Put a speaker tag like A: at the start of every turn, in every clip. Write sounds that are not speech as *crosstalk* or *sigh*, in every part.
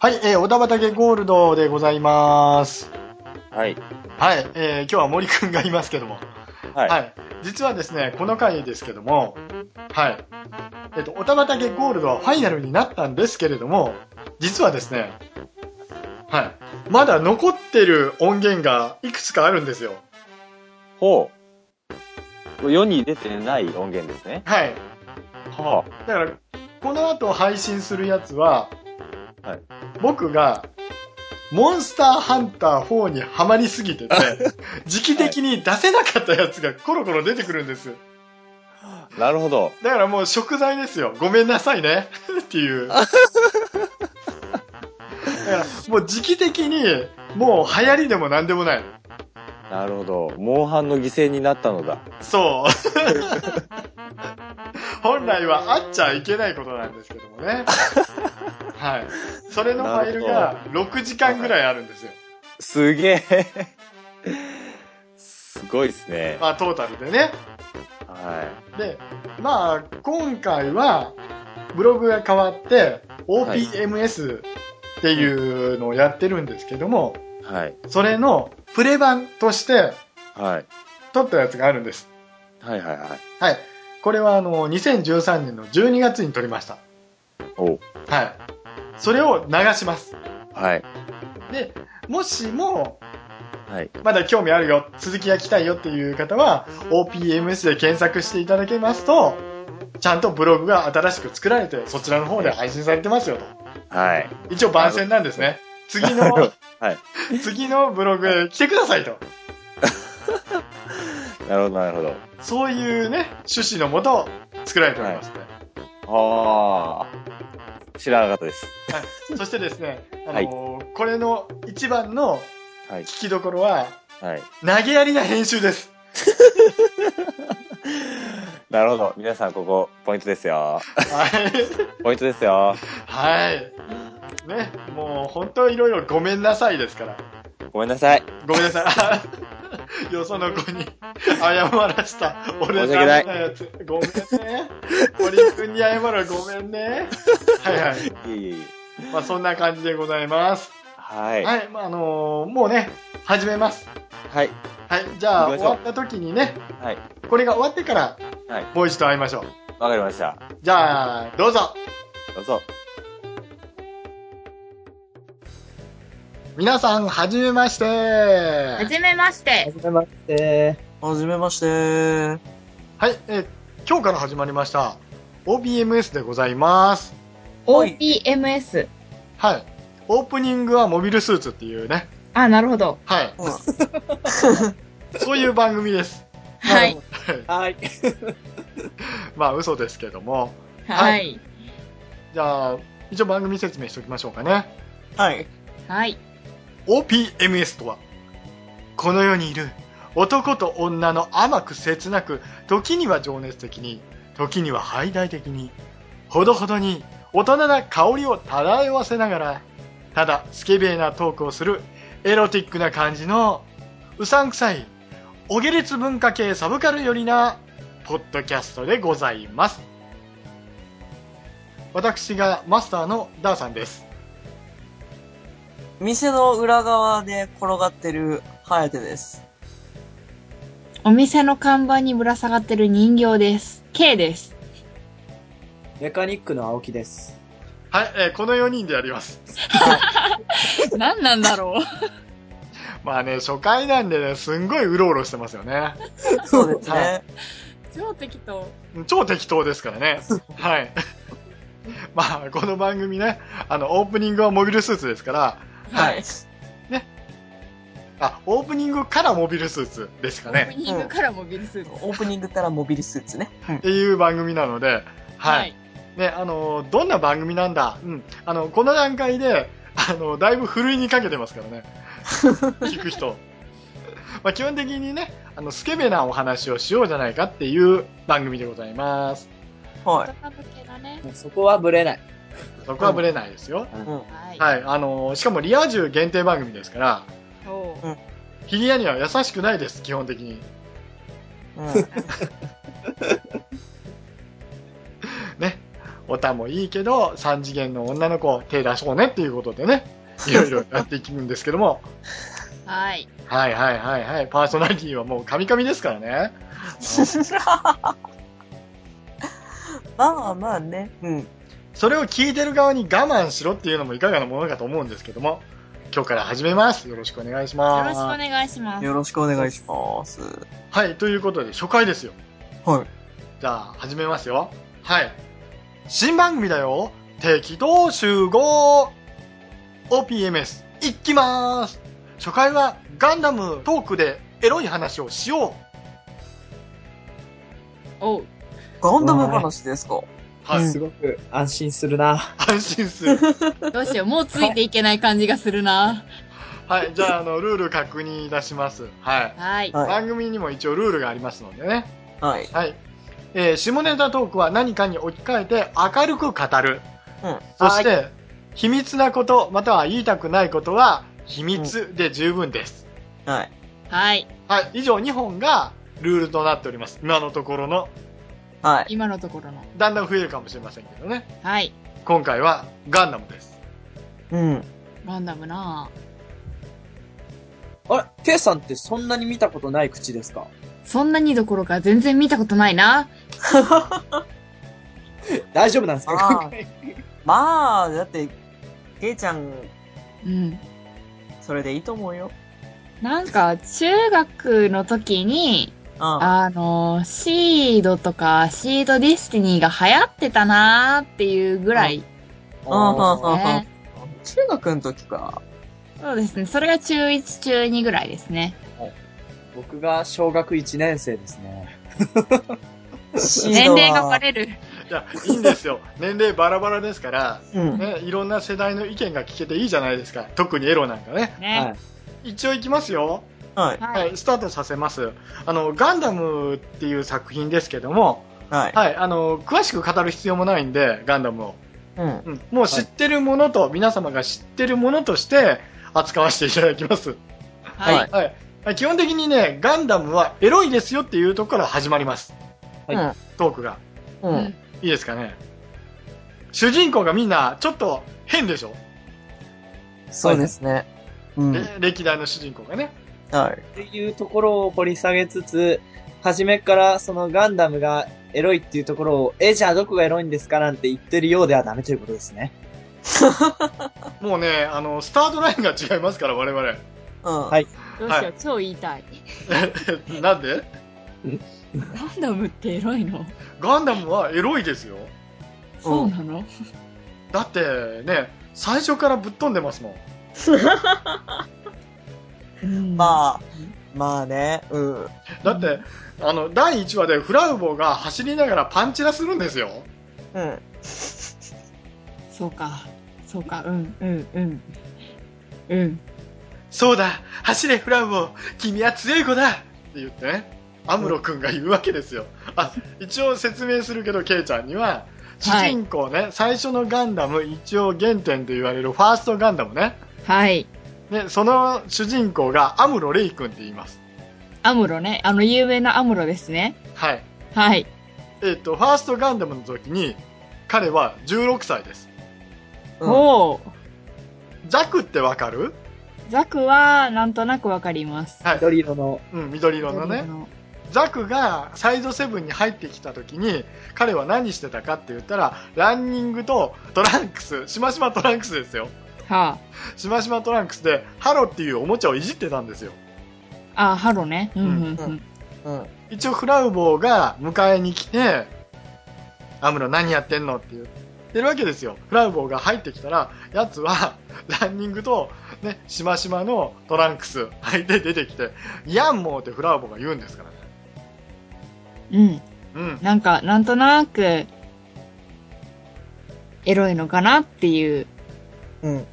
A: はい、えー、小田畑ゴールドでございます。
B: はい。
A: はい、えー、今日は森くんがいますけども。
B: はい。
A: はい。実はですね、この回ですけども、はい。えっと、おたばたけゴールドはファイナルになったんですけれども、実はですね、はい。まだ残ってる音源がいくつかあるんですよ。
B: ほう。これ世に出てない音源ですね。
A: はい。
B: は
A: だから、この後配信するやつは、
B: はい
A: 僕が、モンスターハンター4にハマりすぎてて、時期的に出せなかったやつがコロコロ出てくるんです。
B: あ。なるほど。
A: だからもう食材ですよ。ごめんなさいね。 *laughs* っていう。
B: *laughs*
A: だからもう時期的に、もう流行りでも何でもない。
B: なるほど。モンハンの犠牲になったのだ。
A: そう。本来はあっちゃいけないことなんですけどもね。はい。それのファイルが6時間ぐらいあるんですよ。
B: すげえ。すごいですね。
A: まあトータルでね。
B: は
A: で、まあ今回はブログが変わって OPMS っていうのをやってるんですけども、
B: い。はい。
A: それのプレ版として
B: はい。
A: 撮ったやつがあるんです。
B: はいはいはい。
A: はい。これはあの、2013年の12月に撮りました。
B: おう
A: はい。それを流します。
B: はい。
A: で、もしも、
B: はい。
A: まだ興味あるよ、続きが来たいよっていう方は、OPMS で検索していただけますと、ちゃんとブログが新しく作られて、そちらの方で配信されてますよと。
B: はい。
A: 一応番宣なんですね。次の、
B: はい。
A: *laughs* 次のブログへ来てくださいと。
B: なるほどなるほど。
A: そういうね、趣旨のもと作られておりますね。
B: はあ。知らなかったです。
A: そしてですね、あのーこれの一番の
B: はい。
A: 聞きどころは、
B: はい。
A: 投げやりな編集
B: *laughs*
A: です。
B: なるほど。皆さんここ、ポイントです *laughs* よ。
A: はい。
B: ポイントですよ。
A: はい。ね、もう本当いろいろごめんなさいですから。
B: ごめんなさい。
A: ごめんなさいあ。 *laughs* よその子に謝らした。俺
B: 申し訳ない
A: ダメやつ。ごめんね。森くんに謝るごめんね。はいはい。
B: いえいえいえ。
A: まあそんな感じでございます。
B: はい。
A: はい。まああのーもうね、始めます。
B: はい。
A: はい。じゃあ
B: 行きま
A: 終
B: しょ
A: わ
B: う
A: った時にね、
B: はい。
A: これが終わってから、
B: はい
A: もう一度会いましょう。
B: わかりました。
A: じゃあ、どうぞ。
B: どうぞ。
A: 皆さん、はじめまして。
C: はじめまして。
D: じめまして。
E: はじめまして。
A: はい、えー今日から始まりました。OBMS でございます。
E: はい
C: OPMS。
A: はい。オープニングはモビルスーツっていうね。
C: あ、なるほど。
A: はい。
E: うん
A: *laughs* そういう番組です。
C: はい。
D: はい。
A: まあ、嘘ですけども。は
C: はい。
A: じゃあ、一応番組説明しておきましょうかね。
E: はい。
C: はい。
A: OPMS とはこの世にいる男と女の甘く切なく時には情熱的に時には排外的にほどほどに大人な香りを漂わせながらただスケベなトークをするエロティックな感じのうさんくさいお下劣文化系サブカル寄りなポッドキャストでございます私がマスターのダーさんです
E: 店の裏側で転がってるハヤテです。
C: お店の看板にぶら下がってる人形です。K です。
D: メカニックの青木です。
A: はい、えーこの4人でやります
C: 何なんだろ
A: まあね、初回なんでね、すんごいうろうろしてますよね。
E: そうです
A: は
E: ね。
C: う。超適当。
A: 超適当ですからね。はい。 *laughs* まあ、この番組ね、あの、オープニングはモビルスーツですから、
C: は
A: はいい。あ、オープニングからモビルスーツですか
C: オー
A: ね。
C: プニングからもビルスーツ。
E: オープニングからモビルスーツね。
A: っていう番組なので、はい。
C: はい。
A: ね、あの、どんな番組なんだうん。あの、この段階で、あの、だいぶふるいにかけてますから *laughs* ね。聞く人。まあ、基本的にね、あの、スケベなお話をしようじゃないかっていう番組でございます。
E: は
C: 大人向けだね。
D: そこはブレない。
A: そこはブレないですよ。
C: はい。
A: はい、あのーしかもリア充限定番組ですから、
C: おう
A: ヒリアには優しくないです、基本的に。
E: い。うん。
A: ね。オタもいいけど、三次元の女の子手出そうねっていうことで
C: *laughs*
A: ね、いろいろやっていくんですけども、
C: はい。
A: はいはいはいはい、パーソナリティはもうカミカミですからね。
E: *laughs* まあまあね。うん。
A: それを聞いてる側に我慢しろっていうのもいかがなものかと思うんですけども、今日から始めます。よろしくお願いし
C: よ
A: ま
C: ろし
A: す。
C: くお願いします。
E: よろしくお願いします。
A: はい、ということで初回ですよ。
E: はい。
A: じゃあ、始めますよ。はい。新番組だよ。適当集合 !OPMS、いきまーす初回はガンダムトークでエロい話をしよう
C: おう。
E: ガンダム話ですか
A: はい。
D: すごく安心するな。
A: 安心す *laughs* る。
C: どうしよう。もうついていけない感じがするな。
A: はい。じゃあ、あの、ルール確認いたします。はい。
C: はい。
E: はい。
A: 番組にも一応ルールがありますのでね。
E: はい。
A: はい。えー下ネタトークは何かに置き換えて明るく語る。
E: うん
A: そして、秘密なこと、または言いたくないことは、秘密で十分です。
E: はい。
C: はい。
A: はい。以上2本がルールとなっております。今のところの。
E: はい。
C: 今のところの。
A: だんだん増えるかもしれませんけどね。
C: はい。
A: 今回はガンダムです。
E: うん。
C: ランダムなぁ
D: あれケイさんってそんなに見たことない口ですか
C: そんなにどころか全然見たことないな。
D: 大丈夫なんですか
E: あ
D: 今回
E: まあ、だって、ケイちゃん、
C: うん。
E: それでいいと思うよ。
C: なんか、中学の時に、
E: あ
C: あの、シードとか、シードディスティニーが流行ってたなーっていうぐらい、
E: あああ
C: ね。
E: 中学の時か。
C: そうですね。それが中1、中2ぐらいですね。
D: 僕が小学1年生ですね。
C: 年齢がバレる。
A: いや、いいんです *laughs* よ。年齢バラバラですから、
E: うん。
A: ね、いろんな世代の意見が聞けていいじゃないですか。特にエロなんかね。
C: ね。
A: 一応いきますよ。
E: はい。
C: は。
A: はいい、スタートさせます。あの、ガンダムっていう作品ですけども、
E: はい。
A: はい、あの、詳しく語る必要もないんで、ガンダムを。
E: うん。
A: うん、もう知ってるものと、皆様が知ってるものとして扱わせていただきます。
C: は。
E: はいい
A: はい。はい基本的にね、ガンダムはエロいですよっていうところから始まります。
E: はい。
A: トークが。
E: うん。
C: うん
A: いいですかね。主人公がみんな、ちょっと変でしょ、
E: そうですね。うん。
A: れ歴代の主人公がね。
E: はい。
D: っていうところを掘り下げつつ、初めからそのガンダムがエロいっていうところを、え、じゃあどこがエロいんですかなんて言ってるようではダメということですね。
A: もうね、あの、スタートラインが違いますから、我々。 *laughs*
E: うん。
D: はい
C: どうしよう。超言いたい。
A: なんで
C: ランダムってエロいの
A: ガンダムはエロいですよ。
C: そうなの
A: だってね、最初からぶっ飛んでますもん。
C: あ。
E: まあ、まあね。うん。
A: だって、あの、第1話でフラウボが走りながらパンチラするんですよ。
E: うん。
C: そうか。そうか。うん、うん、うん。うん。
A: そうだ、走れフラウボ、君は強い子だって言ってね、アムロ君が言うわけですよ。あ、一応説明するけど、ケイちゃんには、主
C: はい
A: 人公ね、最初のガンダム、一応原点と言われるファーストガンダムね。
C: はい。
A: ね、その主人公がアムロレイ君って言います。
C: アムロね。あの、有名なアムロですね。
A: はい。
C: はい。
A: えっ、と、ファーストガンダムの時に、彼は16歳です。
E: うん
C: おー。
A: ザクってわかる
C: ザクは、なんとなくわかります。
A: はい。
D: 緑色の。
A: うん、緑色のね。ザクがサイドセブンに入ってきた時に彼は何してたかって言ったらランニングとトランクスしましまトランクスですよ
C: は
A: しましまトランクスでハロっていうおもちゃをいじってたんですよ
C: あ。あ、ハロね。うん、うん、
E: う
C: うん
E: ん。うん。
A: 一応フラウボーが迎えに来てアムロ何やってんのって言ってるわけですよフラウボーが入ってきたらやつはランニングと、ね、しましまのトランクス履いて出てきてヤンモーってフラウボーが言うんですからね
C: うん。
A: うん
C: なんか、なんとなく、エロいのかなっていう。
E: うん。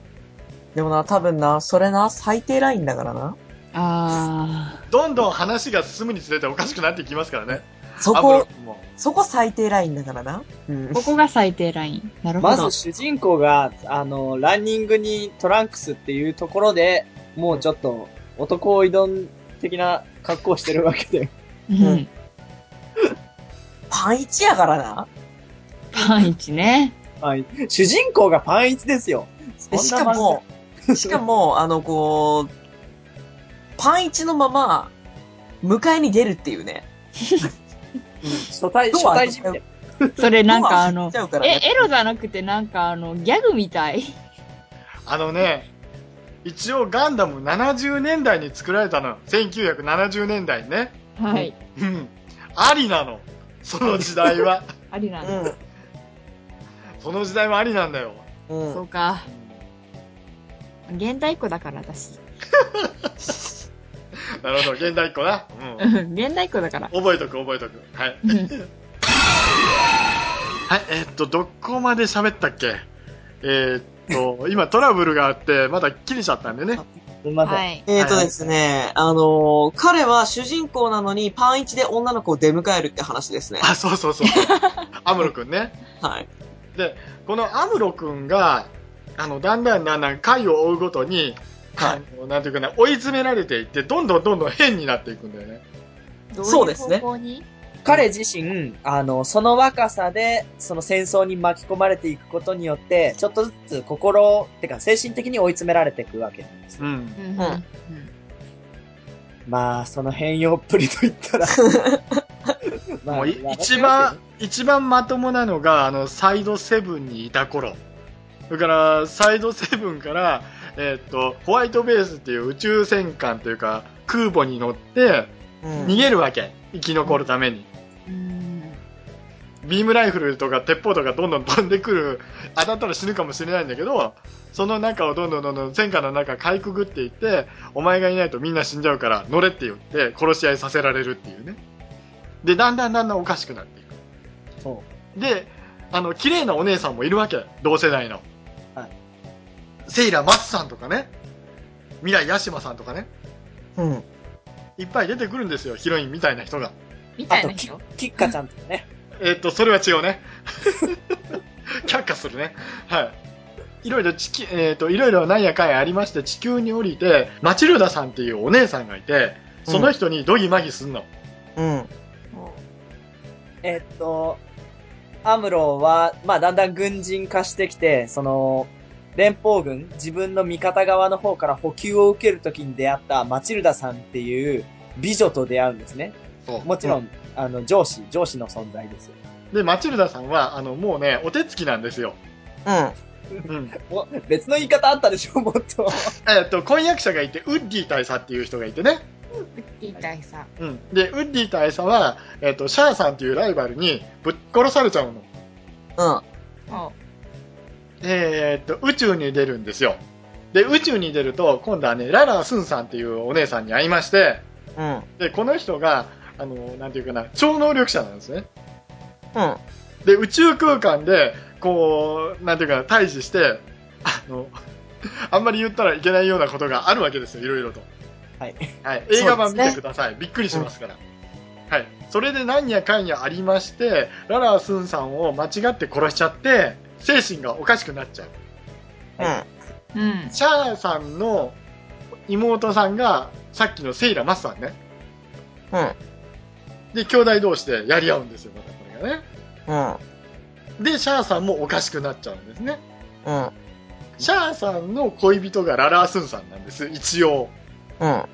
E: でもな、多分な、それな、最低ラインだからな。
C: あ
A: どんどん話が進むにつれておかしくなってきますからね
E: そ
A: アムロ
E: こ、
A: 君も
E: そこ最低ラインだからな。うん
C: ー。ここが最低ライン。なるほ
D: ま
C: ど
D: ず。主人公が、あの、ランニングにトランクスっていうところで、もうちょっと男を挑ん的な格好をしてるわけで。
C: うん。
E: パンイチやからな。
C: パパンイチね。
D: はい。主人公がパンイチですよ。
E: えしかも、 *laughs* しかも、あの、こう、パンイチのまま、迎えに出るっていうね。
D: 初対、初
E: ドア
D: 対
E: 開け
D: 人
E: ちゃ
D: み
E: う
D: たい
C: それなんかあ
E: *laughs* ドア開
C: の
E: けち、ゃうからね
C: え、エロじゃなくてなんかあの、ギャグみたい。
A: あのね、一応ガンダム70年代に作られたのよ。1970年代ね。
C: はい。
A: うん。ありなの。その時代は。 *laughs*
C: ありなんだ。
A: その時代はありなんだよ。
E: うん。う
C: そ
E: ん。
C: うか。現代っ子だから私。
A: なるほど、現代っ子な。
C: う
A: うん。
C: ん現代っ子だから。
A: 覚えとく、覚えとく。はい。
C: うん
A: はい、えーっと、どこまで喋ったっけえーっと、今トラブルがあって、まだ切れちゃったんでね。
D: な。すみません。
C: はい。
E: えーとですね、あのー彼は主人公なのにパンイチで女の子を出迎えるって話ですね。
A: *laughs* あ、そうそうそう。 *laughs* アムロくんね。
E: はい。
A: このアムロくんが、あの、だんだんだんだん回を追うごとに、
E: は
A: あのなんていうかな、追い詰められていって、どんどんどんどん変になっていくんだよね。
C: どい
E: そうですね
C: 方向に
D: 彼自身、あの、その若さで、その戦争に巻き込まれていくことによって、ちょっとずつ心、てか精神的に追い詰められていくわけなんです。
A: うん。
C: うん。
E: うん
D: まあ、その変容っぷりといったら。ま
A: *laughs* も
D: あ
A: うい一番、、一番まともなのが、あの、サイドセブンにいた頃。だから、サイドセブンから、えーっと、ホワイトベースっていう宇宙戦艦というか、空母に乗って、
E: うん
A: 逃げるわけ。生き残るために。
C: うん
A: ビームライフルとか鉄砲とかどんどん飛んでくる、当たったら死ぬかもしれないんだけど、その中をどんどんどんどん戦火の中かいくぐっていって、お前がいないとみんな死んじゃうから乗れって言って殺し合いさせられるっていうね。で、だんだんだんだんおかしくなってい
D: そ
A: く。で、あの、綺麗なお姉さんもいるわけ。同世代の。
D: はい
A: セイラ・マスさんとかね。未来・ヤシマさんとかね。
E: うん。
A: いっぱい出てくるんですよ。ヒロインみたいな人が。
C: みた
D: あ
C: い
D: と
C: な、人。
D: キッカちゃんとかね。
A: えっと、それは違う
D: *laughs*
A: ね。却下するね。はい。いろいろ地球、えっ、と、いろいろなんやかんやありまして、地球に降りて、マチルダさんっていうお姉さんがいて、その人にドギマギすんの。
E: うん。
D: えっと、アムロは、まあ、だんだん軍人化してきて、その、連邦軍、自分の味方側の方から補給を受けるときに出会ったマチルダさんっていう美女と出会うんですね。
A: そう
D: もちろん、あの、上司、上司の存在ですよ。
A: で、マチルダさんは、あの、もうね、お手つきなんです
D: *laughs*
A: よ。
E: うん。
A: うん。
D: お別の言い方あったでしょ、もっと。
A: えっと、婚約者がいて、ウッディ大佐っていう人がいてね。
C: ウッディ大佐。
A: うん。で、ウッディ大佐は、えっ、と、シャアさんっていうライバルにぶっ殺されちゃうの。
E: うん。
C: お
A: えーっと、宇宙に出るんですよ。で、宇宙に出ると、今度はね、ララスンさんっていうお姉さんに会いまして、
E: うん。
A: で、この人が、あの、なんていうかな、超能力者なんですね。
E: うん。
A: で、宇宙空間で、こう、なんていうかな、対峙して、あの、あんまり言ったらいけないようなことがあるわけですよ、いろいろと。
D: はい。
A: はい。映画版
E: そう
A: 見
E: ですね
A: てください。びっくりしますから。はい。それで何やかんやありまして、ララスンさんを間違って殺しちゃって、精神がおかしくなっちゃう。
E: うん。
C: うん。
A: シャアさんの妹さんがさっきのセイラ・マスさんね。
E: うん。
A: で、兄弟同士でやり合うんですよ、またこれがね。
E: うん。
A: で、シャアさんもおかしくなっちゃうんですね。
E: うん。
A: シャアさんの恋人がララースンさんなんです、一応。
E: うん。
A: はい。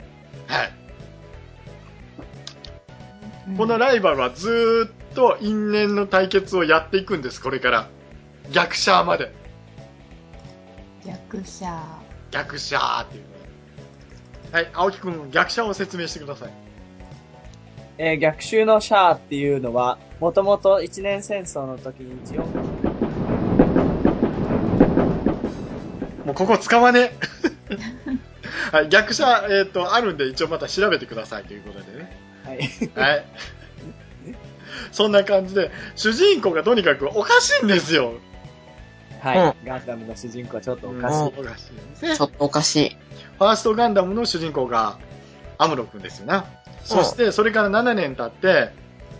C: うん
A: このライバルはずーっと因縁の対決をやっていくんです、これから。逆シャアまで。
C: 逆者。
A: 逆シャアっていうね。はい、青木くん、逆シャアを説明してください。
D: えー逆襲のシャアっていうのは、もともと一年戦争の時に一応、
A: もうここ使わねえ。 *laughs* はい、逆シャア、えっ、と、あるんで一応また調べてくださいということでね。
D: はい。
A: はい。そんな感じで、主人公がとにかくおかしいんですよ。
D: はい。ガンダムの主人公はちょっとおかしい。
A: おかしいですね。
E: ちょっとおかしい。
A: ファーストガンダムの主人公がアムロ君ですよな。そして、それから7年経って、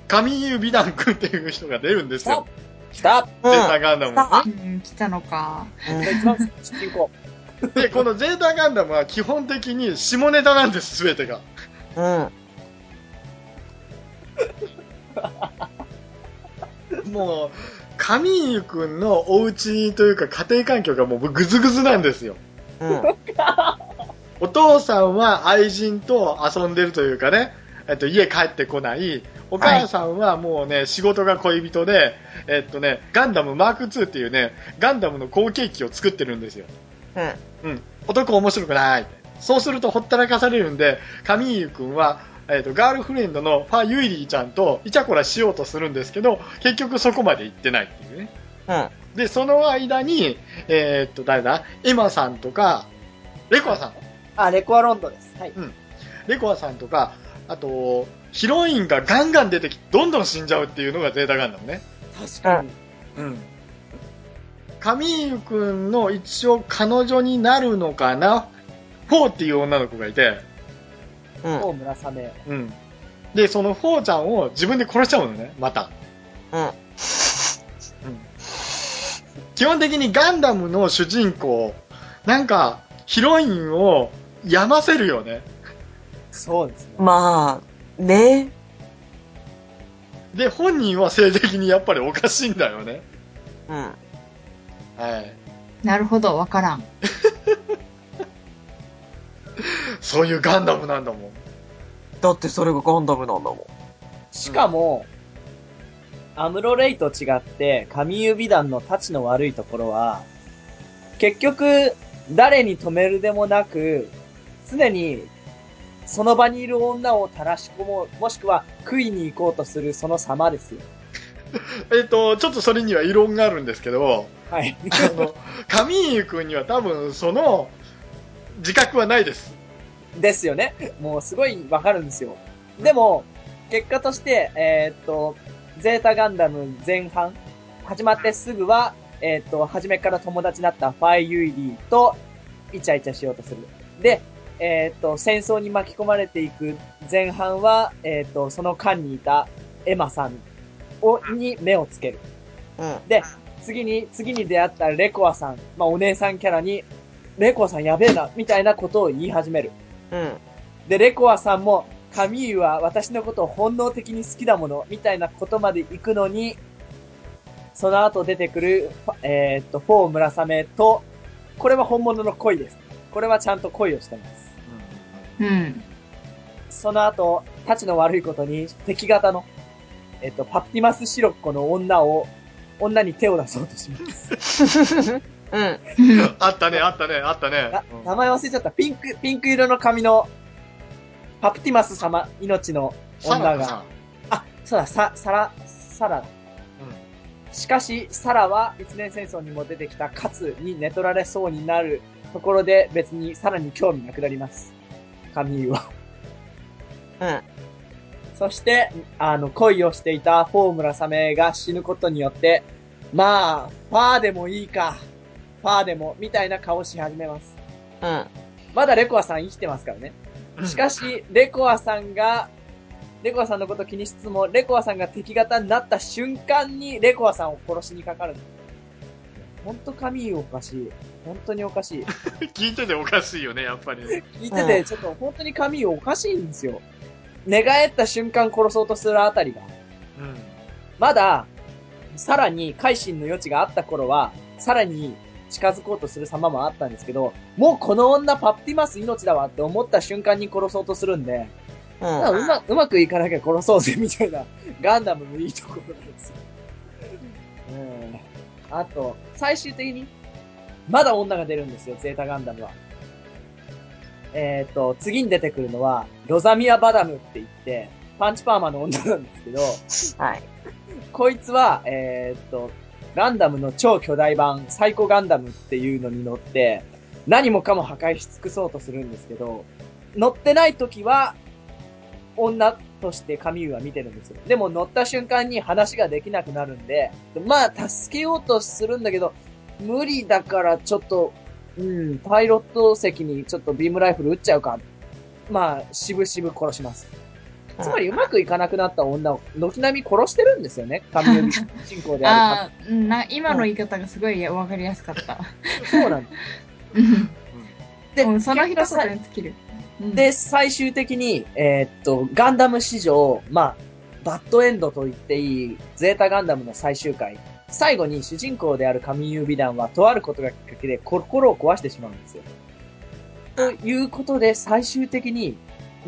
A: 神優美団君っていう人が出るんですよ。
D: 来た
E: う
A: ゼ
E: ん。
A: ータガンダムの。
E: あ
C: うん、来たのか。
D: 一番主人公。
A: で、このゼータガンダムは基本的に下ネタなんです、すべてが。
E: うん。
A: *laughs* もう、神井くんのお家というか家庭環境がもうグズグズなんですよ。
E: うん。
A: お父さんは愛人と遊んでるというかね、えっと、家帰ってこない。お母さんはもうね、仕事が恋人で、えっとね、ガンダムマーク2っていうね、ガンダムの後継機を作ってるんですよ。
E: うん。
A: うん。男面白くない。そうするとほったらかされるんで、神井くんは、えっと、ガールフレンドのファユイリーちゃんとイチャコラしようとするんですけど、結局そこまで行ってないっていうね。
E: うん。
A: で、その間に、えっと、誰だエマさんとか、レコアさん。
D: あ、レコアロンドです。はい。
A: レコアさんとか、あと、ヒロインがガンガン出てきて、どんどん死んじゃうっていうのがゼータガンダムね。
D: 確かに。
A: うん。神井くんの一応彼女になるのかなフォーっていう女の子がいて、
E: うん。
D: もう村雨。
A: うん。で、そのフォーちゃんを自分で殺しちゃうのね、また。
E: うん。
A: 基本的にガンダムの主人公、なんか、ヒロインを病ませるよね。
D: そうですね。
E: まあ、ね。
A: で、本人は性的にやっぱりおかしいんだよね。
E: うん。
A: はい。
C: なるほど、わからん。
A: そういうガンダムなんだもん。
E: だってそれがガンダムなんだもん。
D: しかも、アムロレイと違って、神指団の立ちの悪いところは、結局、誰に止めるでもなく、常に、その場にいる女を垂らし込もう、もしくは食いに行こうとするその様ですよ。
A: えっと、ちょっとそれには異論があるんですけど、
D: *laughs* はい。
A: あの、神井くんには多分その自覚はない
D: *laughs*
A: です。
D: ですよね。もうすごいわかるんですよ。でも、結果として、えーっと、ゼータガンダム前半、始まってすぐは、えーっと、初めから友達だったファイユイリーと、イチャイチャしようとする。で、えーっと、戦争に巻き込まれていく前半は、えーっと、その間にいたエマさんを、に目をつける。
E: うん。
D: で、次に、次に出会ったレコアさん、まあ、お姉さんキャラに、レコアさんやべえな、みたいなことを言い始める。
E: うん。
D: で、レコアさんも、カミーユは私のことを本能的に好きだもの、みたいなことまで行くのに、その後出てくる、ファえーっと、フォー村雨と、これは本物の恋です。これはちゃんと恋をしてます。
C: うん。
D: その後、立ちの悪いことに、敵型の、えーっと、パプティマスシロッコの女を、女に手を出そうとします。
E: うん。
A: あったね、あったね、あったね
D: あ。名前忘れちゃった。ピンク、ピンク色の髪の、パプティマス様、命の
A: サ
D: 女
A: ナ
D: が
A: さ、ん。
D: あ、そうだ、さ、さら、さら。しかし、サラは一年戦争にも出てきたカツに寝取られそうになるところで別にさらに興味なくなります。神は。
E: うん。
D: そして、あの、恋をしていたフォームラサメが死ぬことによって、まあ、ファーでもいいか、ファーでも、みたいな顔をし始めます。
E: うん。
D: まだレコアさん生きてますからね。しかし、レコアさんが、レコアさんのこと気にしつつも、レコアさんが敵型になった瞬間に、レコアさんを殺しにかかるんだ。ほんと神おかしい。本当におかしい。
A: *laughs* 聞いてておかしいよね、やっぱり。
D: 聞いてて、ちょっと本当に神おかしいんですよ。寝返った瞬間殺そうとするあたりが。
A: うん。
D: まだ、さらに、改心の余地があった頃は、さらに近づこうとする様もあったんですけど、もうこの女パプティマス命だわって思った瞬間に殺そうとするんで、
E: うん。
D: うまうまくいかなきゃ殺そうぜみたいな、 *laughs* ガンダムのいいところなんですよ。うん。あと、最終的に、まだ女が出るんですよ、ゼータガンダムは。えっ、と、次に出てくるのは、ロザミア・バダムって言って、パンチパーマの女なんですけど、
E: はい。
D: こいつは、えーっと、ガンダムの超巨大版、サイコガンダムっていうのに乗って、何もかも破壊し尽くそうとするんですけど、乗ってない時は、女として神優は見てるんですよ。でも乗った瞬間に話ができなくなるんで、まあ助けようとするんだけど、無理だからちょっと、うん、パイロット席にちょっとビームライフル撃っちゃうか。まあ、しぶしぶ殺します。つまりうまくいかなくなった女を軒並み殺してるんですよね。神指進行で
C: *laughs*
D: ある
C: ああ、うんな、今の言い方がすごいわかりやすかった。
D: か。そうなんです。
C: うん
D: で
C: うんその一
D: 結果
C: 言に尽きる。うん *laughs*
D: で、、最終的に、えーっと、ガンダム史上、まあ、バッドエンドと言っていい、ゼータガンダムの最終回、最後に主人公である神指団はとあることがきっかけで心を壊してしまうんですよ。ということで最終的に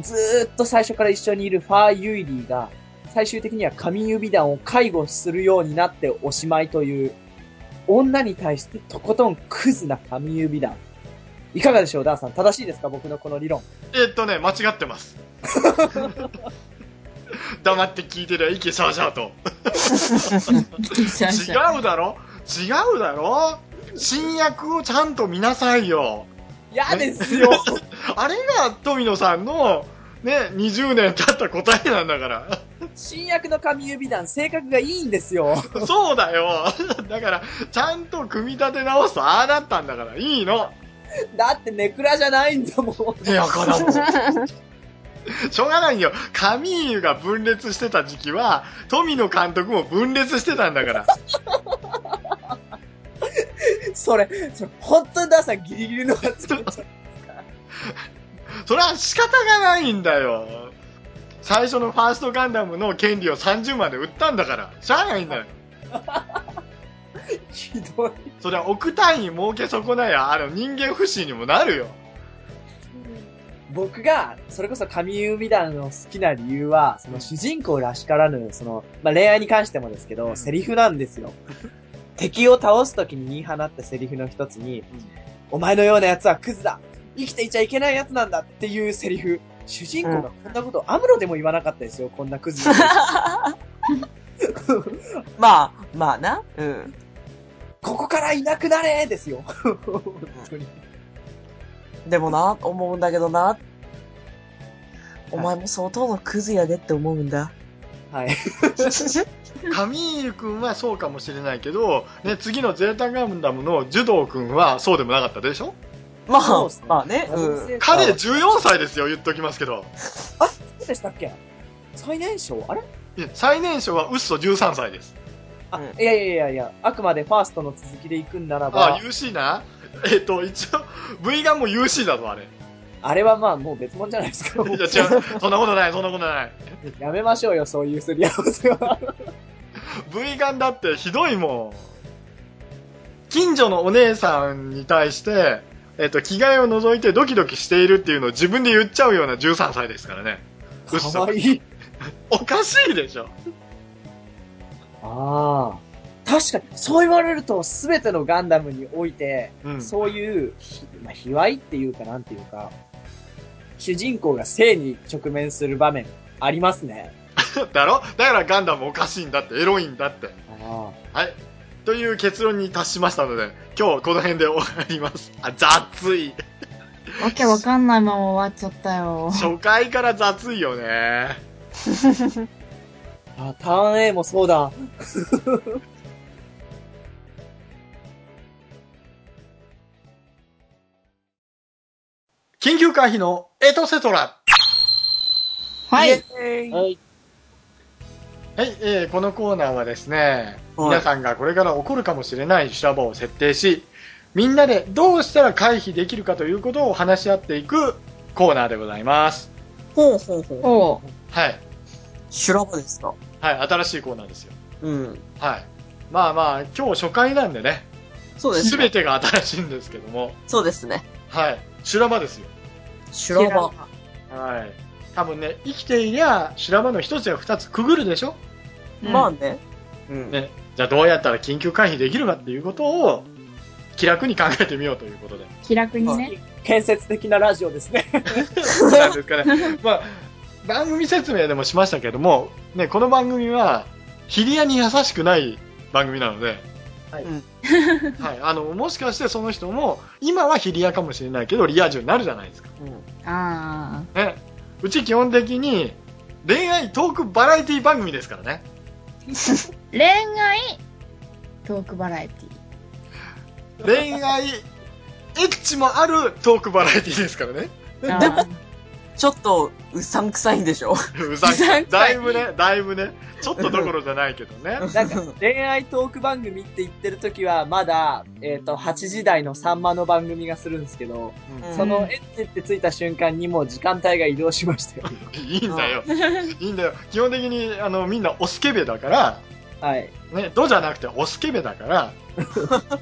D: ずーっと最初から一緒にいるファー・ユイリーが最終的には神指団を介護するようになっておしまいという女に対してとことんクズな神指団。いかがでしょう、ダンさん。正しいですか僕のこの理論。
A: えっとね間違ってます
D: *laughs*
A: 黙って聞いてりゃいけしゃあしゃあと
C: シャンシャン
A: 違うだろ違うだろ新薬をちゃんと見なさいよ
D: 嫌ですよ。
A: あれが富野さんのね20年経った答えなんだから
D: 新薬の神指団、性格がいいんですよ。
A: *laughs* そうだよ。だから、ちゃんと組み立て直すとああだったんだから、いいの。
D: だってネクラじゃないんだもん。
A: ね、やからも。 *laughs* しょうがないよ。カミーユが分裂してた時期は、富野監督も分裂してたんだから。
D: それ、それ、本当にダンさんギリギリの発言じゃん
A: それは仕方がないんだよ。最初のファーストガンダムの権利を30まで売ったんだから、しゃあないんだよ。
D: ひどい。
A: そりゃ億単位儲け損なや、あの人間不信にもなるよ。
D: 僕が、それこそ神指団の好きな理由は、その主人公らしからぬ、その、まあ、恋愛に関してもですけど、セリフなんです
E: *laughs*
D: よ。敵を倒すときに言い放ったセリフの一つに、お前のような奴はクズだ生きていちゃいけない奴なんだっていうセリフ。主人公がこんなこと、アムロでも言わなかったですよ、こんなクズな。 *laughs*
E: まあ、まあな。うん。
D: ここからいなくなれですよ。本当に。
E: でもな、思うんだけどな。お前も相当のクズやでって思うん *laughs* だ。
D: はい。
A: 神井君はそうかもしれないけど、ね、次のゼータガンダムの柔道君はそうでもなかったでしょ
E: ま
D: そ
E: あ
D: うっすね、
E: まあね。うん。
A: 彼14歳ですよ、言っときますけど。
D: そうでしたっけ最年少あれ
A: いや最年少はウッソ13歳です。
D: あ、
E: うん
D: いやいやいやいや、あくまでファーストの続きで行くんならば、
A: あ
D: あ、
A: UC なえっ、と、一応、V ガンも UC だぞ、あれ。い
D: れはまあもう別物じゃないですか。
A: や、違う。そんなことない、そんなことない。
D: やめましょうよ、そういうすり合わせは。
A: V ガンだってひどいもん。近所のお姉さんに対して、えっ、と、着替えを除いてドキドキしているっていうのを自分で言っちゃうような13歳ですからね。ウッ
D: か
A: ソ
D: わい。い。
A: おかしいでしょ。
D: ああ。確かに、そう言われると、すべてのガンダムにおいて、
A: うん。
D: そういう、ひまあ、卑猥っていうかなんていうか、主人公が性に直面する場面、ありますね。
A: だろだからガンダムおかしいんだって、エロいんだって。
D: あ
A: はい。という結論に達しましたので、今日この辺で終わります。あ、雑い。
C: わけわかんないまま終わっちゃったよ。
A: 初回から雑いよね。
D: あ、ターン A もそうだ。
A: 緊急回避のエトセトラ。
C: はい。
A: イエ
D: はい。
A: はい、えーこのコーナーはですね、
E: はい
A: 皆さんがこれから起こるかもしれない修羅場を設定し、みんなでどうしたら回避できるかということを話し合っていくコーナーでございます。
E: ほうほうほう。
C: おう
A: はい。
E: 修羅場ですか。
A: はい、新しいコーナーですよ。
E: うん。
A: はい。まあまあ、今日初回なんでね、
E: そうです
A: す
E: ね
A: べ。てが新しいんですけども、
E: そうですね。
A: はい。修羅場ですよ。
E: 修羅場。
A: はい。多分ね、生きていりゃ修羅場の一つや二つくぐるでしょ
E: まあね。うん。
A: ね。じゃあどうやったら緊急回避できるかっていうことを、気楽に考えてみようということで。
C: 気楽にね。
D: 建設的なラジオですね。
A: そうなんですかね。 *laughs* まあ、番組説明でもしましたけども、ね、この番組は、ヒリアに優しくない番組なので、
D: はい
E: うん
A: はい。あの、もしかしてその人も、今はヒリアかもしれないけど、リア充になるじゃないですか。
E: うん
C: あ
A: ね。うち基本的に、恋愛トークバラエティ番組ですからね。
C: あ。恋愛、トークバラエティ。
A: 恋愛、エッチもあるトークバラエティですから
C: *laughs*
A: ね。
E: で
C: あ
E: も
C: ー、
E: ちょっと、うさんくさいんでしょ
A: うざ
C: うざ
A: い。
C: い
A: だいぶね、だいぶね、ちょっとどころじゃないけどね。
D: なんか、恋愛トーク番組って言ってる時は、まだ、えっ、と、8時台のサンマの番組がするんですけど、
E: うん
D: そのエッチってついた瞬間にもう時間帯が移
E: *laughs*
D: 動しましたよ。
A: *laughs* いいんだよ。いいんだよ。基本的に、あの、みんなオスケベだから、
D: はい。
A: ね、ドじゃなくてオスケベだから、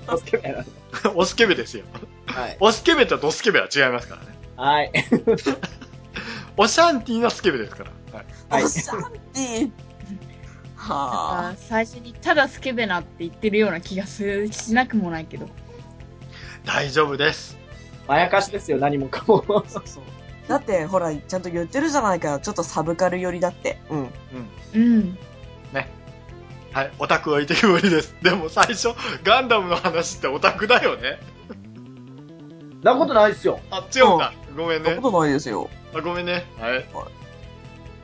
D: おスケベなんで
A: オスケベですよ。
D: はい。
A: オスケベとドスケベは違いますからね。
D: はい。
A: オシャンティのスケベですから。はい、
D: はい
E: おっさんって。は
C: あ最初にただスケベなって言ってるような気がするしなくもないけど
A: 大丈夫です。
D: まやかしですよ、何もかも。
E: あ。そうそう。だって、ほら、ちゃんと言ってるじゃないか。ちょっとサブカル寄りだって。うん。
C: うん
A: はい、オタクはいてくぶりです。でも最初、ガンダムの話ってオタクだよね。
D: なことないっすよ。
A: あ、違うんだ。ごめん
E: そん
A: ね
E: な。ことないですよ。
A: あごめんね。はい。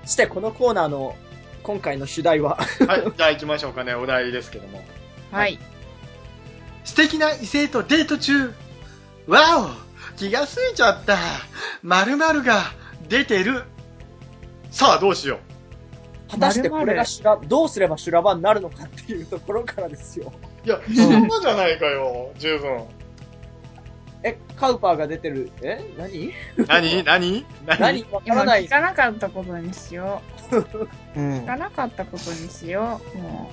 D: して、このコーナーの今回の主
E: *laughs*
D: 題は、
A: はい、 *laughs* じゃあ行きましょうかね。お題ですけども。
C: はい
A: 素敵な異性とデート中わお気がついちゃった〇〇が出てるさあどうしよ
D: 果たしてこれが修羅、どうすれば修羅場になるのかっていうところからですよ。
A: ういやそんなじゃないかよ十分
D: え、カウパーが出てる、え
E: *laughs*
D: 何
A: 何何
D: 何わか
C: 今
D: らない
C: 聞。かなかったことにしよ
E: うん
C: う聞。かなかったことにしようも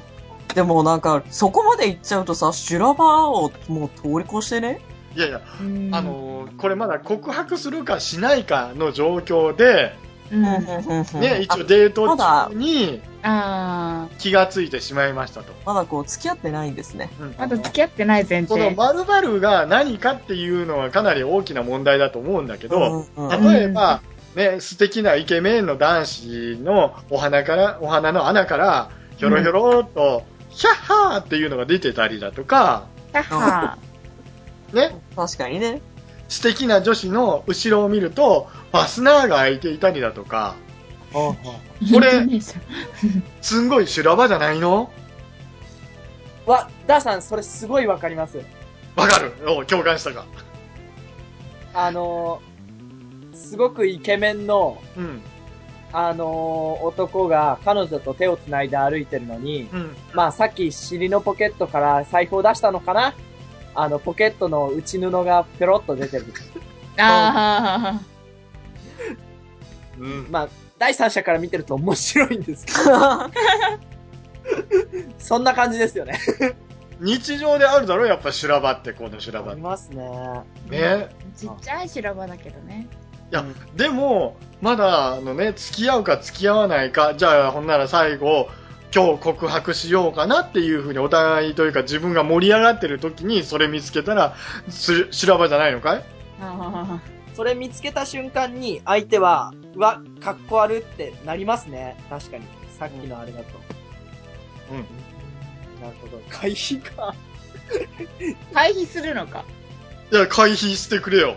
E: でもなんか、そこまで行っちゃうとさ、修羅場をもう通り越してね。
A: いやいや
C: う、うん
A: あのーこれまだ告白するかしないかの状況で、
C: うん
A: ね、一応デート中に
C: あー
A: 気がついてしまいましたと、
E: まだこう、付き合ってないんですね。
A: うん
C: まだ付き合ってない前提
A: その〇〇が何かっていうのはかなり大きな問題だと思うんだけど、
E: うんうん
A: 例えば、ね、素敵なイケメンの男子のお花から、お花の穴から、ひょろひょろっと、ヒャッハーっていうのが出てたりだとか、
C: はは
A: ね、
E: 確かにね。
A: 素敵な女子の後ろを見ると、ファスナーが開いていたりだとか、これ
C: 本当にそう
A: すんごい修羅場じゃないの
D: わ、ダーさん、それすごいわかります。
A: わかるお共感したか。
D: あのー、すごくイケメンの、
A: うん、
D: あのー、男が彼女と手を繋いで歩いてるのに、
A: うん、
D: まあさっき尻のポケットから財布を出したのかなあの、ポケットの内布がペロッと出てる。
C: *laughs* あ
A: うん。
D: まあ、第三者から見てると面白いんですけど、
A: *laughs*
D: そんな感じですよね。
A: 日常であるだろやっぱ修羅場って、この修羅場
D: あ
A: っ
D: り
A: て。
D: ますね。
A: ね。
C: ーちっちゃい修羅場だけどね
A: いや、でも、まだ、あのね、付き合うか付き合わないか、じゃあ、ほんなら最後、今日告白しようかなっていうふうにお互いというか自分が盛り上がってる時にそれ見つけたら、す修羅場じゃないのかい
C: あ
D: それ見つけた瞬間に相手は、うわ、かっこ悪ってなりますね。確かに。さっきのあれだと。
A: うん。
D: なるほど。回避か。
C: ー回避するのか
A: いや、回避してくれよ。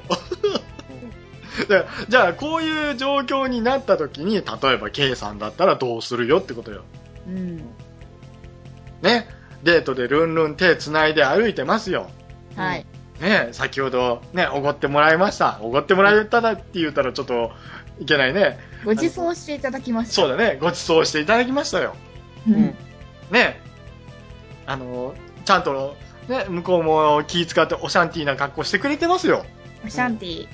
A: *laughs* だからじゃあ、こういう状況になった時に、例えば K さんだったらどうするよってことよ。
C: うん
A: ね。デートでルンルン手繋いで歩いてますよ。
C: はい
A: ねえ、先ほど、ね、おごってもらいました。おごってもらえただって言ったらちょっといけないね。
C: ご馳走していただきました
A: そうだね、ご馳走していただきましたよ。
C: うん
A: ねえ、あの、ちゃんと、ね、向こうも気使ってオシャンティーな格好してくれてますよ。
C: シャンティ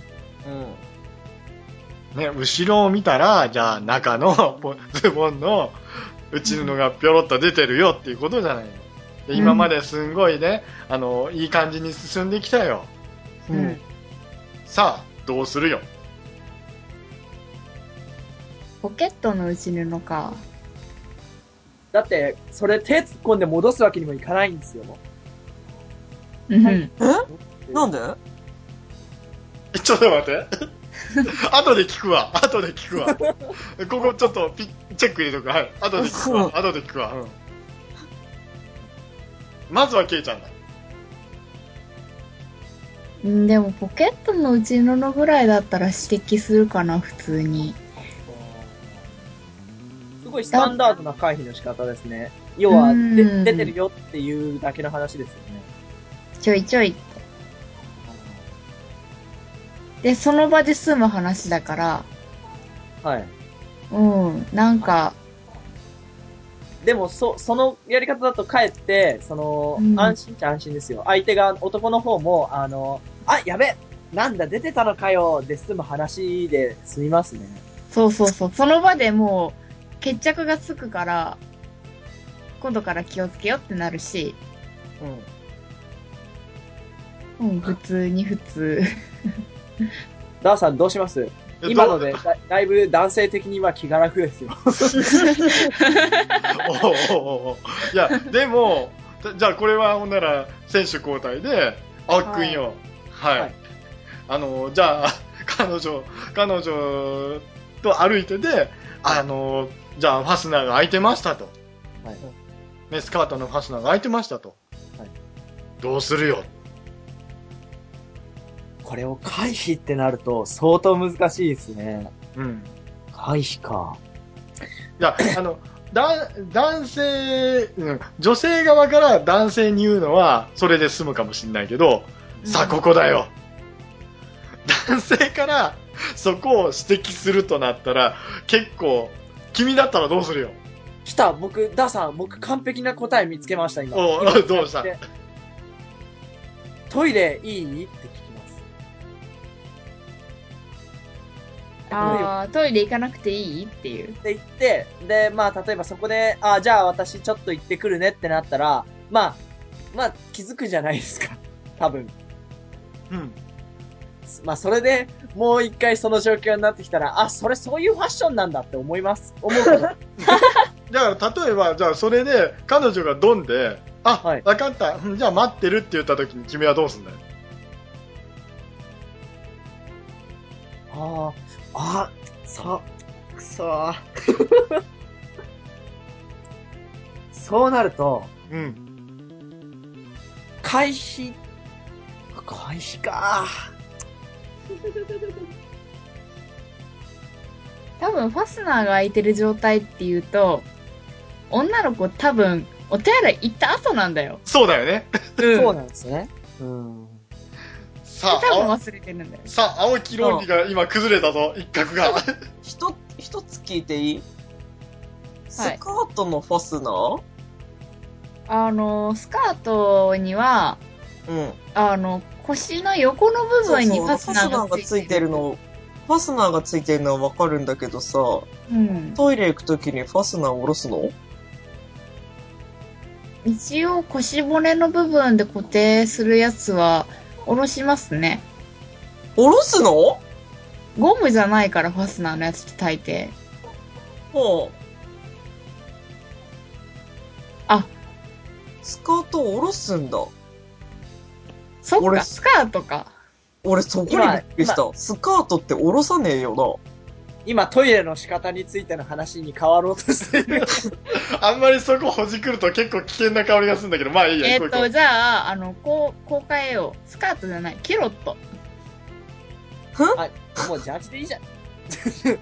E: うん
A: ね、後ろを見たら、じゃあ中の *laughs* ポズボンの内布がぴょろっと出てるよっていうことじゃないの。で今まですんごいね、あの、いい感じに進んできたよ。
E: う
C: うんん
A: さあ、どうするよ。
C: ポケットの内布か
D: だって、それ手突っ込んで戻すわけにもいかないんですよ。
C: うん
E: なんで
A: *laughs* ちょっと待って。後で聞くわ。後で聞くわ。ここちょっとピッチェック入れとく。はい。後で聞くわ。後で聞くわ。うんまずはケイちゃんだ。
C: うんでもポケットの内布ぐらいだったら指摘するかな普通に
D: すごいスタンダードな回避の仕方ですね。要は、
C: うん
D: で出てるよっていうだけの話ですよね。
C: ちょいちょいってでその場で済む話だから
D: はい。
C: うんなんか
D: でも、そ、そのやり方だとかえって、その、
C: うん
D: 安心っちゃ安心ですよ。相手が、男の方も、あの、あ、やべなんだ、出てたのかよで済む話で済みますね。
C: そうそうそうその場でもう決着がつくから今度から気をつけようってなるし、
D: うん。
C: うん、普通に普通。
D: ダーさんどうします
A: え
D: 今
A: ど
D: の
A: う *laughs*
D: でだ、だいぶ男性的には気が楽ですよ。
A: おうおうおうおういや、でも、じじゃあこれはほんなら選手交代で、青木くんよ。はい。
D: はい
A: あの、じゃあ、彼女、彼女と歩いてで、あの、じゃあファスナーが開いてましたと。
D: はい。
A: ね、スカートのファスナーが開いてましたと。
D: はい
A: どうするよ。
D: これを回避ってなると、相当難しいですね。
A: うん。
D: 回避か。
A: いや、あの、だ男性、うん、女性側から男性に言うのは、それで済むかもしれないけど、さあ、ここだよ。男性から、そこを指摘するとなったら、結構、君だったらどうするよ。
D: 来た僕、ダーさん、僕完璧な答え見つけました、今。
A: おう
D: 今
A: どうした
D: でトイレいいって聞きます。
C: あートイレ行かなくていいっていう。
D: って言って、で、まあ、例えばそこで、あ、じゃあ私ちょっと行ってくるねってなったら、まあ、まあ、気づくじゃないですか。 *laughs* 多分。
A: うん。
D: まあ、それでもう一回その状況になってきたら、あ、それそういうファッションなんだって思います。思うこと。
A: だから、例えば、じゃあ、それで、彼女がドンで、あ、
D: はい
A: わかった。うんじゃあ、待ってるって言った時に君はどうすんだよ。
C: *laughs*
D: ああ、あ、そ、くそー。そうなると、
A: うん。
D: 回避。回避か
C: 多分ファスナーが開いてる状態っていうと、女の子多分お手洗い行った後なんだよ。
A: そうだよね。
C: うん。
D: そう
C: で
D: なんですね。うん。
A: さあ、
C: 多分
A: 青
C: 忘れてるんだよ。
A: さあ、青木論理が今崩れたぞ、一角が。
E: ひと、一つ聞いていい、スカートのファスナー
C: あの、スカートには、
E: うん。
C: あの、腰の横の部分にファスナーが
E: が
C: つ
E: つ
C: い
E: い
C: て
E: て
C: る
E: る
C: の。
E: の、ファスナーがついてるのはわかるんだけどさ、
C: うん。
E: トイレ行くときにファスナー下ろすの
C: 一応腰骨の部分で固定するやつは、下ろしますね。
E: 下ろすの
C: ゴムじゃないから、ファスナーのやつって大抵。
E: ほう。
C: あ。
E: スカートを下ろすんだ。
C: そっ
E: 俺
C: か、スカートか。
E: 俺そこにびっくりした。スカートって下ろさねえよ
D: 今トイレの仕方についての話に変わろうとしている。
A: *laughs* あんまりそこほじくると結構危険な香りがするんだけど、まあいいや、
C: えっ、
A: 行こう
C: と、
A: 行こ
C: じゃあ、あの、こう、こう変えよう。スカートじゃない、キュロット。
D: もうジャージでいいじゃん。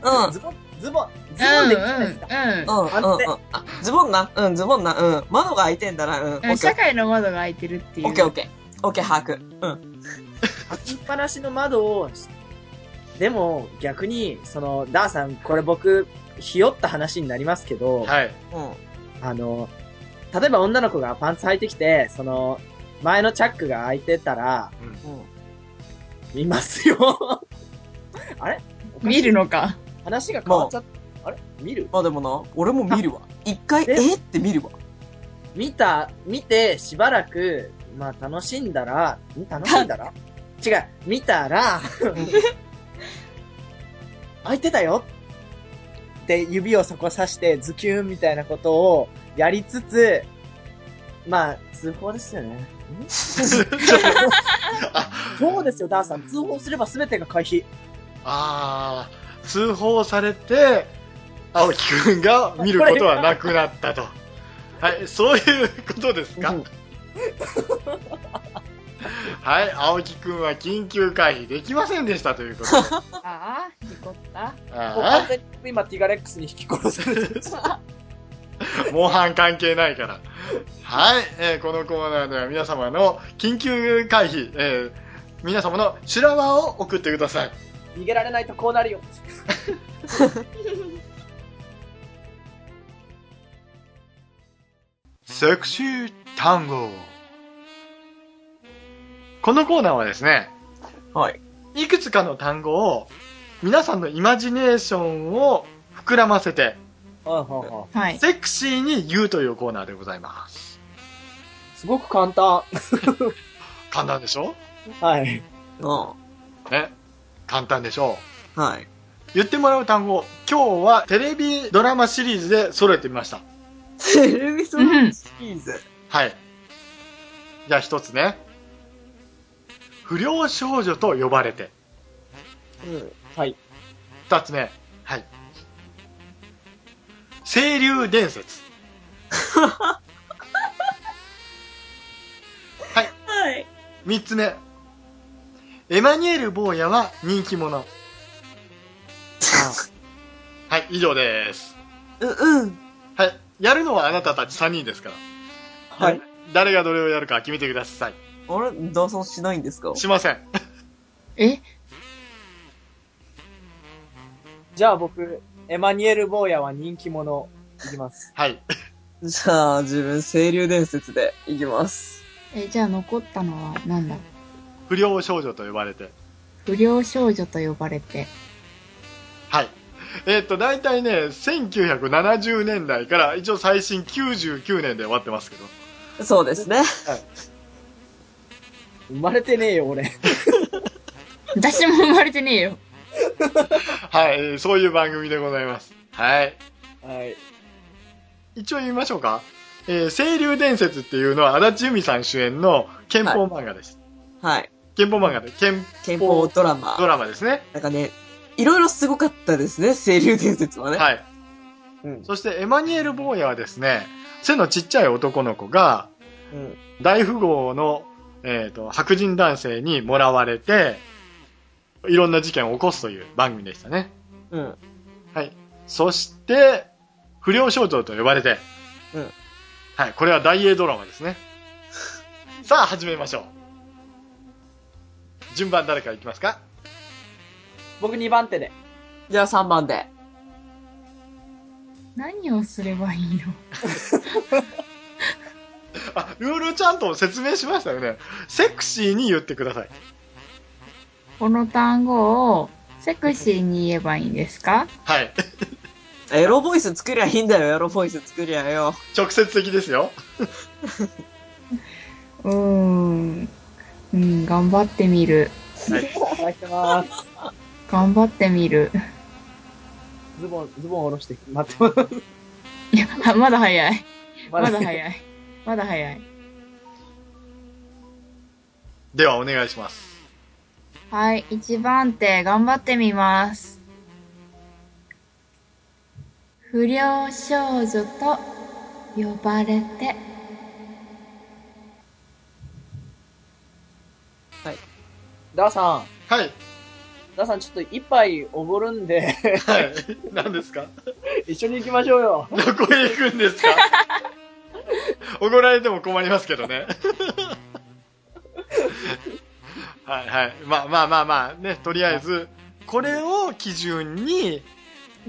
E: な。うん。
D: ズボン、ズボン、ズボンでいいじゃないですか。
C: うん、
E: うん、うん、うん。あ、ズボンな。うん、ズボンな。うん。窓が開いてんだな。うん。オ
C: う
E: ッケ
C: んうん。社
E: ー
C: 会の窓が開いてるっていう。
E: オッケーオッケー。オッケー、把握。うん。
D: 開きっぱなしの窓を、でも逆に、その、ダーさん、これ僕、ひよった話になりますけど、
A: う。
C: *laughs*
A: はい。
E: うん。
D: あの、例えば女の子がパンツ履いてきて、その、前のチャックが開いてたら、
E: うん。
D: 見ますよ。あれ
C: 見るのか。
D: 話が変わっちゃった。あれ見る
E: まあでもな、俺も見るわ。一回、
D: え
E: えって見るわ。
D: 見た、見て、しばらく、まあ楽しんだら、ん楽しんだら *laughs* 違う、見たら、開いてたよで、指をそこ刺して、ズキュンみたいなことをやりつつ、まあ、通報ですよね。んそうですよ、ダーさん。通報すれば全てが回避。
A: ああ、通報されて、青木くんが見ることはなくなったと。はい、そういうことですか。
D: うん
A: はい、青木くんは緊急回避できませんでしたという
C: *laughs*
A: ことで。
C: ああ、事故った。
D: もう
A: あ
D: 完全に今、ティガレックスに引き殺されてる。
A: あ、模範関係ないから。はい、えーこのコーナーでは皆様の緊急回避、えー皆様の修羅場を送ってください。
D: 逃げられないとこうなるよ。
A: セクシー単語。このコーナーはですね、
E: はい。
A: いくつかの単語を皆さんのイマジネーションを膨らませて
D: はい *laughs* はい
C: は
D: はい。
C: い。
A: セクシーに言うというコーナーでございます。
D: すごく簡単。
A: 簡単でしょ
D: はい。
E: あ
A: ね。簡単でしょ
E: はい。
A: 言ってもらう単語、今日はテレビドラマシリーズで揃えてみました。
E: テレビソングシリーズ。
A: はい。じゃあ一つね。不良少女と呼ばれて。
D: はい。
A: 二つ目。はい。清流伝説。
E: はい。
A: 三つ目。エマニュエル坊やは人気者。はい、以上です。
E: う、うん。
A: はい。やるのはあなたたち三人ですから。
D: はい。
A: 誰がどれをやるか決めてください。
E: あれダンソンしないんですか
A: しません。
C: え
D: じゃあ僕、エマニュエル・坊やは人気者、いきます。
A: はい。
E: じゃあ、自分、清流伝説でいきます。
C: え、じゃあ残ったのはなんだ
A: 不良少女と呼ばれて。
C: 不良少女と呼ばれて。
A: はい。えーっと、大体ね、1970年代から、一応最新99年で終わってますけど。
E: そうですね。
D: 生まれてねえよ、俺。
C: 私も生まれてねえよ。
A: はい、えーそういう番組でございます。はい。
D: はい。
A: 一応言いましょうか。えー、清流伝説っていうのは、足立由美さん主演の憲法漫画です。
E: はい。
A: 憲法漫画で、憲
E: 憲法ドラマ。
A: ドラマですね。
E: なんかね、いろいろすごかったですね、清流伝説はね。
A: はい。
E: うん。
A: そして、エマニュエル・ボーヤはですね、背のちっちゃい男の子が、
E: うん。
A: 大富豪の、えー、と白人男性にもらわれていろんな事件を起こすという番組でしたね
E: うん。
A: はいそして不良少女と呼ばれて、
E: うん
A: はい、これは大英ドラマですねさあ始めましょう順番誰からいきますか
D: 僕2番手で。
E: じゃあ、3番で。
C: 何をすればいいの
A: あルールちゃんと説明しましたよねセクシーに言ってください
C: この単語をセクシーに言えばいいんですか
A: はい
E: エロボイス作りゃいいんだよ、エロボイス作りゃよ。
A: 直接的ですよ
C: うーん。うん、頑張ってみる。
D: いただきます。
C: 頑張ってみる。 *laughs*
D: ズボン、ズボン下ろして、待ってます。
C: いや、まだ早い。
D: ま
C: ま
D: だ
C: だ早い。まだ早い。
A: ではお願いします
C: はい、一番手、頑張ってみます。不良少女と呼ばれて。
D: ダーさ
A: はい
D: ん、ダーさんちょっと一杯おごるんで、 *laughs*
E: *laughs*
A: はい何ですか
D: 一緒に行きましょうよ。
A: どこへ行くんですか怒られても困りますけどね。はいはい。まあまあまあまあ、ね、とりあえず、これを基準に、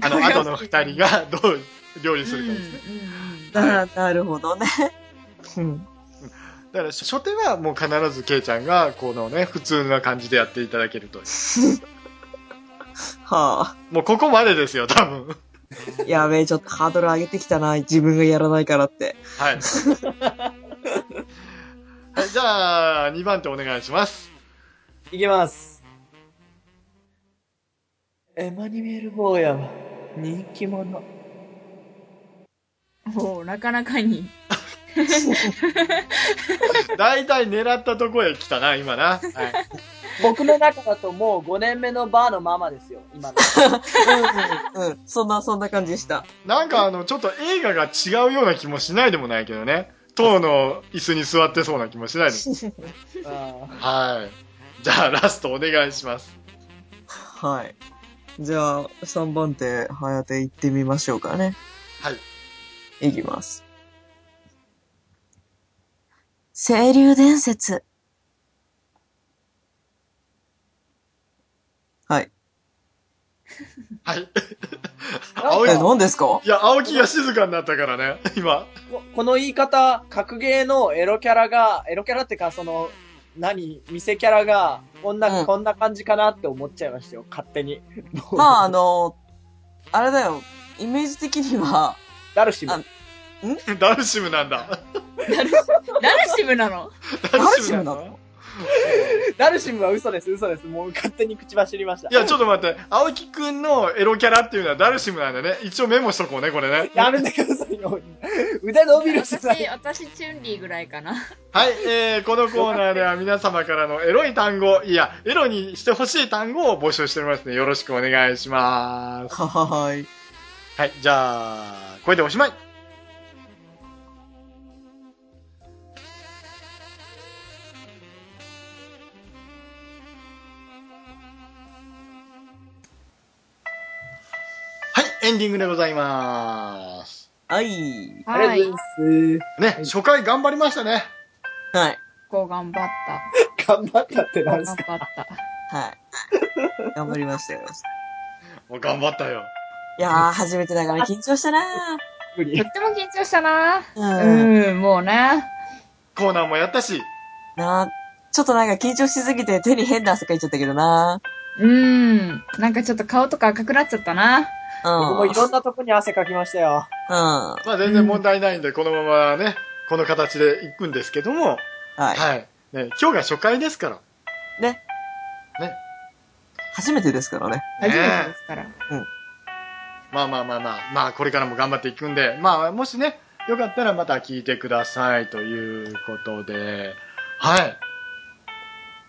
A: あの、後の二人がどう料理するかですね。
E: な、なるほどね。
A: だから、初手はもう必ずケイちゃんが、このね、普通な感じでやっていただけるという。
E: は
A: もうここまでですよ、多分。
E: あ。やべえ、ちょっとハードル上げてきたな、自分がやらないからって。
A: はい。はいじゃあ、2番手お願いします。
D: いきます。エマニュエル・坊やは人気者。
C: おおなかなかに。
A: 大体狙ったとこへ来たな、今な。はい
D: 僕の中だともう5年目のバーのママですよ、今 *laughs* の。
E: うん、うん。そんな、そんな感じした。
A: なんかあの、ちょっと映画が違うような気もしないでもないけどね。塔の椅子に座ってそうな気もしないでも。
D: あ
A: はい。じゃあ、ラストお願いします。
E: はい。じゃあ、3番手、早手行ってみましょうかね。
A: はい。
E: いきます。清流伝説。はい。
A: はい。
D: ー
A: 青い、
E: え、何です *laughs* か
A: いや、青木が静かになったからね、今。
D: ここの言い方、格ゲーのエロキャラが、エロキャラってか、その、何店キャラが、こんな、
E: うん
D: こんな感じかなって思っちゃいましたよ、勝手に。
E: まあ、あの、あれだよ。イメージ的には、 *laughs*
D: ダルシム
E: あ。
A: ダルシムなんだ。
C: ダルシムなの
A: ダ
E: ルシムなの
D: ダルシムは嘘です、嘘です。もう勝手に口走りました。
A: いや、ちょっと待って。青木くんのエロキャラっていうのはダルシムなんだね。一応メモしとこうね、これね。
D: やめてくださいよ。腕伸びるじゃない
C: 私、私、チュンリーぐらいかな。
A: はい、えー、このコーナーでは皆様からのエロい単語、いや、エロにしてほしい単語を募集しておりますので、よろしくお願いします。
E: はーい。
A: はい、じゃあ、これでおしまい。はい、エンディングでございます。
E: はい。
D: ありが
C: はい
D: とうご。ざいま
A: ね、初回頑張りましたね。
E: はい。
C: こう頑張った。
D: す。頑張ったってなん
C: 頑
D: ですか
C: 張った。
E: はい。頑張りましたよ。
A: もう頑張ったよ。
E: いやー、初めてだから緊張したな
D: 無理
C: とっても緊張したな
E: ー。うん。
C: うん、もうね。
A: コーナーもやったし、
E: なーちょっとなんか緊張しすぎて手に変な汗かいちゃったけどな
C: うん。なんかちょっと顔とか赤くなっちゃったな。
E: うん。
D: 僕もいろんなとこに汗かきましたよ。
E: うん。は
A: まあ全然問題ないんで、このままね、この形で行くんですけども、はい、
E: い。
A: ね。今日が初回ですから。
E: ね。
A: ね。
E: 初めてですからね。
C: 初めてですから。
A: まあまあまあまあ、まあこれからも頑張っていくんで、まあもしね、よかったらまた聞いてくださいということで、はい。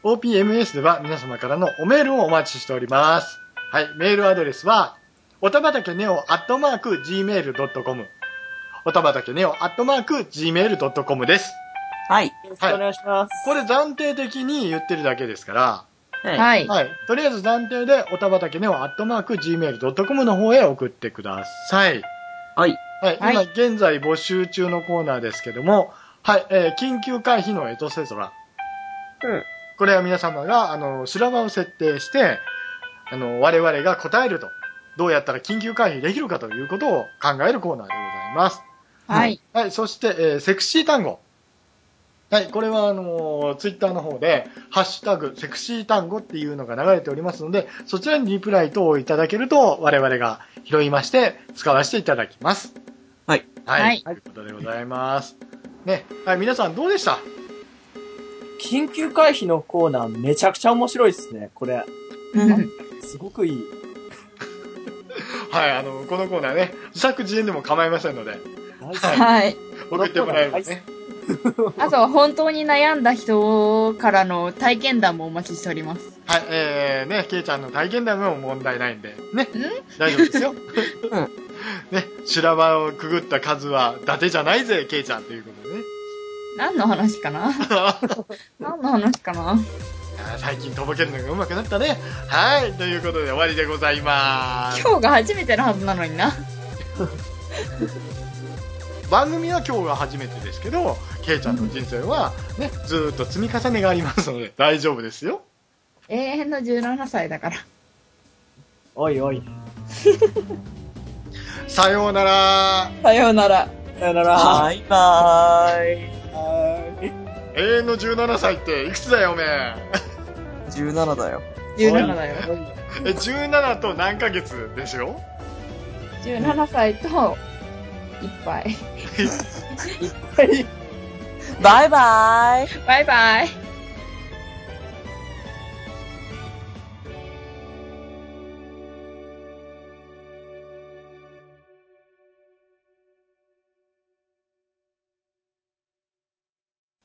A: OPMS では皆様からのおメールをお待ちしております。はい、メールアドレスは、おたばたけねおアットマーク gmail.com。おたばたけねおアットマーク gmail.com です。
E: はい。
D: よろしくお願いします。
A: これ暫定的に言ってるだけですから、
E: は
C: はい。
A: はい。とりあえず暫定で、おたばたけねをアットマーク gmail.com の方へ送ってください。
E: はい。
A: はい。
C: はい
A: 今、現在募集中のコーナーですけども、はい。えー緊急回避のエトセトラ。
E: うん
A: これは皆様が、あの、修羅場を設定して、あの、我々が答えると、どうやったら緊急回避できるかということを考えるコーナーでございます。
C: はい。
A: はい、そして、えーセクシー単語。はい、これは、あのツイッター Twitter の方で、ハッシュタグ、セクシー単語っていうのが流れておりますので、そちらにリプライ等をいただけると、我々が拾いまして、使わせていただきます。
E: はい。
A: は。
C: はいい
A: ということでございます。ね、はい、皆さんどうでした
D: 緊急回避のコーナーめちゃくちゃ面白いですね、これ。
C: うん
D: す
E: *laughs*
D: ごくいい。
A: はい、あの、このコーナーね、自作自演でも構いませんので、
D: 大好き
C: はい。
A: 送ってもらえればね。
C: あとは本当に悩んだ人からの体験談もお待ちしております。
A: はい、えー、ね、ケイちゃんの体験談も問題ないんで、ね、大丈夫 *laughs* ですよ。
E: ん
A: ね、修羅場をくぐった数は伊達じゃないぜ、ケイちゃんということでね。
C: 何の話か *laughs* な何の話かな
A: あー *laughs* 最近とぼけるのが上手くなったね。はい、ということで終わりでございます。
C: 今日が初めてのはずなのにな。
A: 番組は今日が初めてですけど、ケイちゃんの人生はね、ずーっと積み重ねがありますので大丈夫ですよ。
C: 永遠の17歳だから。
D: おいおい。
A: さようなら。
C: さようなら。
D: さよなら。
E: バイバーイ。
D: はい
A: 永遠の17歳っていくつだよ、おめえ。
E: 17だよ。
C: 17だよ。
A: え17と何ヶ月でしょ
C: 17歳と、いっぱい。
E: バイバーイ。
C: バイバイ。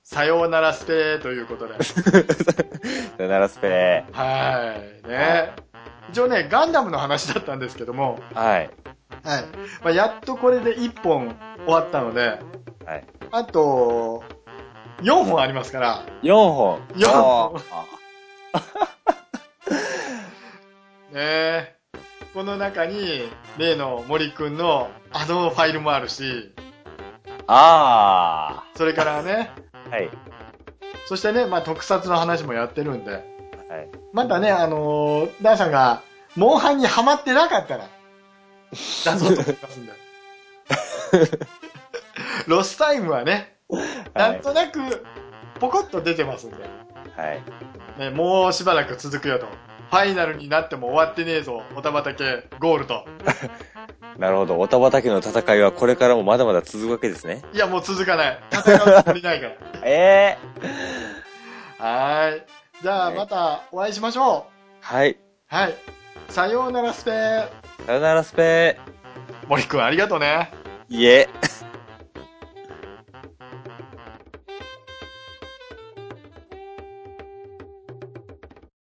A: さようならしてということで。
B: さよならスペレ
A: はい。ね。一応ね、ガンダムの話だったんですけども、
B: ー。はい。
A: はい。まあ、やっとこれで1本終わったので、
B: はい。
A: あと、4本ありますから、
B: 4本。
A: 四本
B: あ
A: ね。この中に、例の森くんのあのファイルもあるし、
B: あ
A: それからね、
B: ー。はい。
A: そしてね、まあ、特撮の話もやってるんで、
B: はい。
A: まだね、あのーダーさんが、モンハンにはまってなかったら、出そうと思いますんで。 *laughs* ロスタイムはね、
B: は
A: ないん。となく、ポコッと出てますんで、
B: はい。
A: ね、もうしばらく続くよと。ファイナルになっても終わってねえぞ、おたばたけ、ゴールと。
B: なるほど。オタバタ家の戦いはこれからもまだまだ続くわけですね。
A: いや、もう続かない。戦うつもりないから。
B: *laughs* ええ
A: はーい。じゃあ、
B: はい
A: またお会いしましょう。
B: はい。
A: はい。さようならスペー。
B: さよならスペ
A: 森くん、ありがとうね。
B: ー。いえ。